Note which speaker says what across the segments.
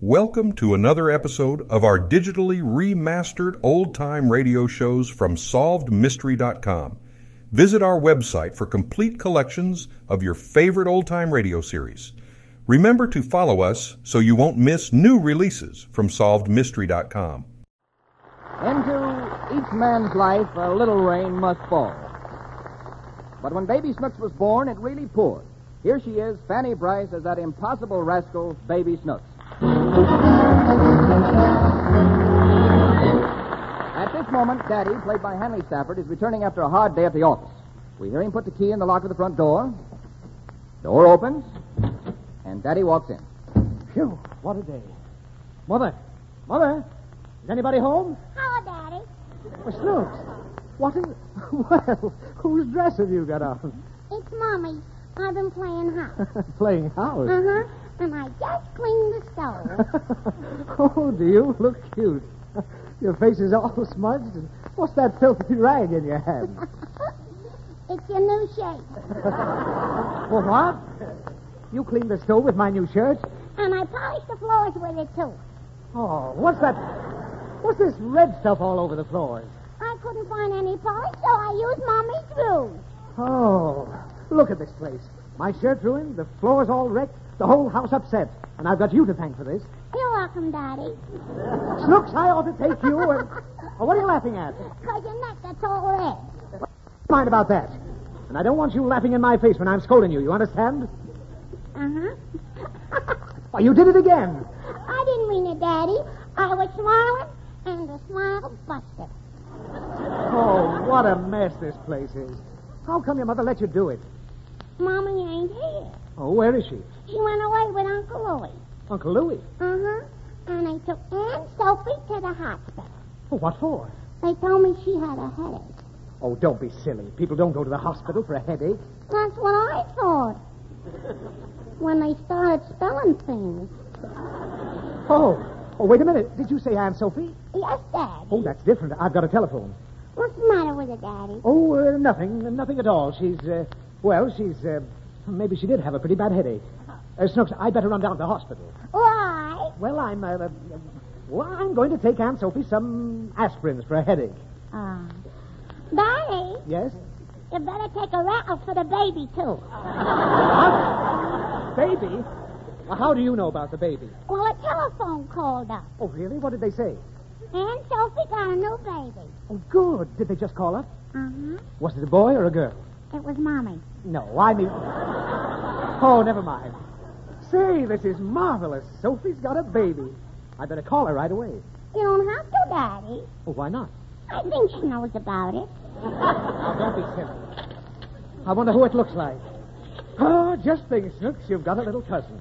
Speaker 1: Welcome to another episode of our digitally remastered old time radio shows from SolvedMystery.com. Visit our website for complete collections of your favorite old time radio series. Remember to follow us so you won't miss new releases from SolvedMystery.com.
Speaker 2: Into each man's life, a little rain must fall. But when Baby Snooks was born, it really poured. Here she is, Fanny Bryce, as that impossible rascal, Baby Snooks. At this moment, Daddy, played by Hanley Stafford, is returning after a hard day at the office. We hear him put the key in the lock of the front door. Door opens, and Daddy walks in.
Speaker 3: Phew, what a day. Mother, Mother, is anybody home?
Speaker 4: Hello, Daddy.
Speaker 3: Well, Snooks, what is... Well, whose dress have you got on?
Speaker 4: It's Mommy. I've been playing house.
Speaker 3: Playing house.
Speaker 4: Uh huh. And I just cleaned the stove.
Speaker 3: oh, do you look cute? Your face is all smudged. And what's that filthy rag in your hand?
Speaker 4: it's your new shape.
Speaker 3: well, what? You cleaned the stove with my new shirt?
Speaker 4: And I polished the floors with it, too.
Speaker 3: Oh, what's that? What's this red stuff all over the floors?
Speaker 4: I couldn't find any polish, so I used Mommy's glue.
Speaker 3: Oh, look at this place. My shirt's ruined, the floor's all wrecked, the whole house upset. And I've got you to thank for this.
Speaker 4: You're welcome, Daddy.
Speaker 3: Snooks, I ought to take you and... Oh, what are you laughing at?
Speaker 4: Because your neck's a total red.
Speaker 3: Mind about that. And I don't want you laughing in my face when I'm scolding you, you understand?
Speaker 4: Uh huh.
Speaker 3: Why, you did it again.
Speaker 4: Uh-huh. I didn't mean it, Daddy. I was smiling, and the smile busted.
Speaker 3: Oh, what a mess this place is. How come your mother let you do it?
Speaker 4: Mommy ain't here.
Speaker 3: Oh, where is she?
Speaker 4: She went away with Uncle Louis.
Speaker 3: Uncle Louis.
Speaker 4: Uh huh. And they took Aunt Sophie to the hospital.
Speaker 3: Oh, what for?
Speaker 4: They told me she had a headache.
Speaker 3: Oh, don't be silly. People don't go to the hospital for a headache.
Speaker 4: That's what I thought. When they started spelling things.
Speaker 3: Oh, oh, wait a minute. Did you say Aunt Sophie?
Speaker 4: Yes, Daddy.
Speaker 3: Oh, that's different. I've got a telephone.
Speaker 4: What's the matter with it, Daddy?
Speaker 3: Oh, uh, nothing, nothing at all. She's, uh, well, she's, uh, maybe she did have a pretty bad headache. Uh, Snooks, I'd better run down to the hospital.
Speaker 4: Why?
Speaker 3: Well, I'm, uh, uh, well, I'm going to take Aunt Sophie some aspirins for a headache.
Speaker 4: Ah. Daddy,
Speaker 3: Yes?
Speaker 4: you better take a rattle for the baby, too.
Speaker 3: Baby? Well, how do you know about the baby?
Speaker 4: Well, a telephone called up.
Speaker 3: Oh, really? What did they say?
Speaker 4: Aunt Sophie got a new baby.
Speaker 3: Oh, good. Did they just call up?
Speaker 4: Uh
Speaker 3: Was it a boy or a girl?
Speaker 4: huh. It was Mommy.
Speaker 3: No, I mean. Oh, never mind. Say, this is marvelous. Sophie's got a baby. I better call her right away.
Speaker 4: You don't have to, Daddy.
Speaker 3: Oh, why not?
Speaker 4: I think she knows about it.
Speaker 3: Now, don't be silly. I wonder who it looks like. Oh, just think, Snooks, you've got a little cousin.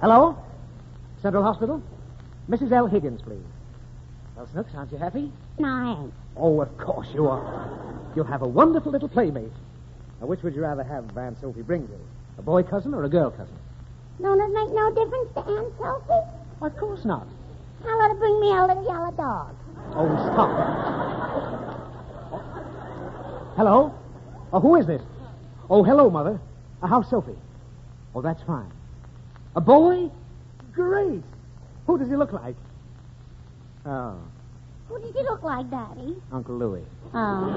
Speaker 3: Hello? Central Hospital? Mrs. L. Higgins, please. Well, Snooks, aren't you happy?
Speaker 4: No, I ain't.
Speaker 3: Oh, of course you are. You'll have a wonderful little playmate. Now, which would you rather have Aunt Sophie bring you? A boy cousin or a girl cousin?
Speaker 4: Don't it make no difference to Aunt Sophie?
Speaker 3: Of course not.
Speaker 4: Tell her to bring me a little yellow dog.
Speaker 3: Oh, stop. Hello? Oh, who is this? Oh, hello, Mother. Uh, how's Sophie? Oh, that's fine. A boy? Great. Who does he look like? Oh,
Speaker 4: Who does he look like, Daddy?
Speaker 3: Uncle Louis.
Speaker 4: Oh.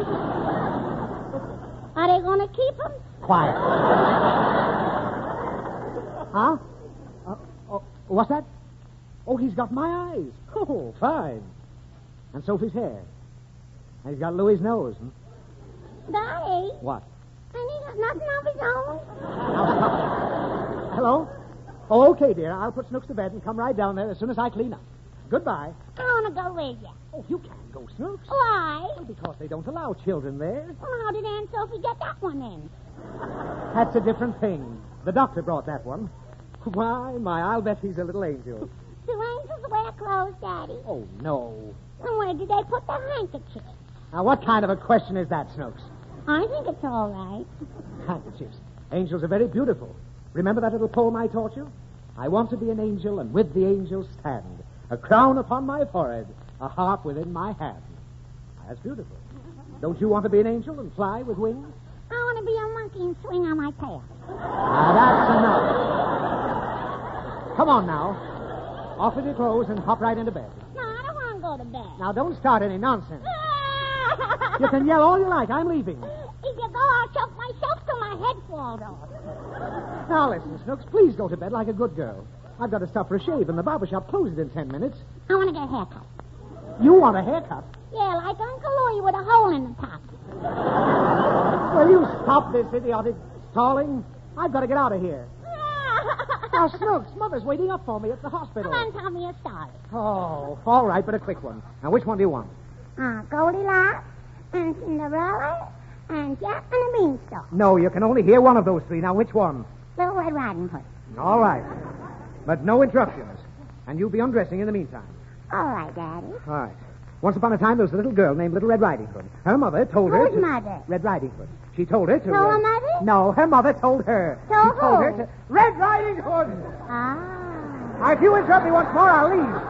Speaker 4: Are they going to keep him?
Speaker 3: Quiet. huh? Uh, oh, what's that? Oh, he's got my eyes. Oh, fine. And Sophie's hair. And he's got Louis's nose. Hmm?
Speaker 4: Daddy,
Speaker 3: What?
Speaker 4: and he got nothing of his own.
Speaker 3: Hello? Oh, okay, dear. I'll put Snooks to bed and come right down there as soon as I clean up. Goodbye.
Speaker 4: I want to go with you.
Speaker 3: Oh, you can't go, Snooks.
Speaker 4: Why?
Speaker 3: Well, because they don't allow children there.
Speaker 4: Well, how did Aunt Sophie get that one in?
Speaker 3: That's a different thing. The doctor brought that one. Why, my, I'll bet he's a little angel.
Speaker 4: Do angels wear clothes, Daddy?
Speaker 3: Oh, no.
Speaker 4: And where did they put the handkerchief?
Speaker 3: Now, what kind of a question is that, Snooks?
Speaker 4: I think it's all right.
Speaker 3: Handkerchiefs. Angels are very beautiful. Remember that little poem I taught you? I want to be an angel and with the angels stand. A crown upon my forehead, a harp within my hand. That's beautiful. Don't you want to be an angel and fly with wings?
Speaker 4: I want to be a monkey and swing on my tail.
Speaker 3: Now, that's enough. Come on now. Off with your clothes and hop right into bed.
Speaker 4: No, I don't want to go to bed.
Speaker 3: Now, don't start any nonsense. You can yell all you like. I'm leaving.
Speaker 4: If you go, I'll choke myself till my head falls off.
Speaker 3: Now, listen, Snooks, please go to bed like a good girl. I've got to stop for a shave, and the barber shop closes in ten minutes.
Speaker 4: I want to get a haircut.
Speaker 3: You want a haircut?
Speaker 4: Yeah, like Uncle Louie with a hole in the top.
Speaker 3: Will you stop this idiotic stalling? I've got to get out of here. Now, Snooks, Mother's waiting up for me at the hospital.
Speaker 4: Come on, tell me a story.
Speaker 3: Oh, all right, but a quick one. Now, which one do you want?
Speaker 4: Uh, Goldilocks and Cinderella and Jack and the Beanstalk.
Speaker 3: No, you can only hear one of those three. Now, which one?
Speaker 4: Little Red Riding Hood.
Speaker 3: All right. But no interruptions. And you'll be undressing in the meantime.
Speaker 4: All right, Daddy.
Speaker 3: All right. Once upon a time, there was a little girl named Little Red Riding Hood. Her mother told her.
Speaker 4: Whose
Speaker 3: to-
Speaker 4: mother?
Speaker 3: Red Riding Hood. She told her to. uh,
Speaker 4: Told her mother?
Speaker 3: No, her mother told her.
Speaker 4: Told
Speaker 3: she told her
Speaker 4: who?
Speaker 3: to. Red Riding Hood!
Speaker 4: Ah.
Speaker 3: Now, If you interrupt me once more, I'll leave.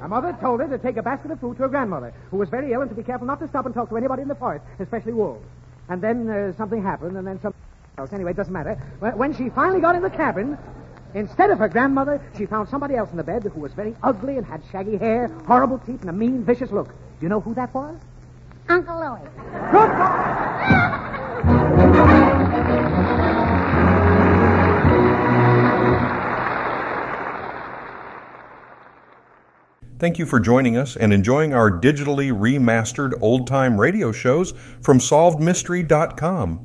Speaker 3: Her mother told her to take a basket of food to her grandmother, who was very ill, and to be careful not to stop and talk to anybody in the forest, especially wolves. And then uh, something happened, and then something else. Anyway, it doesn't matter. Wh- When she finally got in the cabin, instead of her grandmother, she found somebody else in the bed who was very ugly and had shaggy hair, horrible teeth, and a mean, vicious look. Do you know who that was?
Speaker 4: Uncle Louie.
Speaker 3: Goodbye!
Speaker 1: Thank you for joining us and enjoying our digitally remastered old time radio shows from SolvedMystery.com.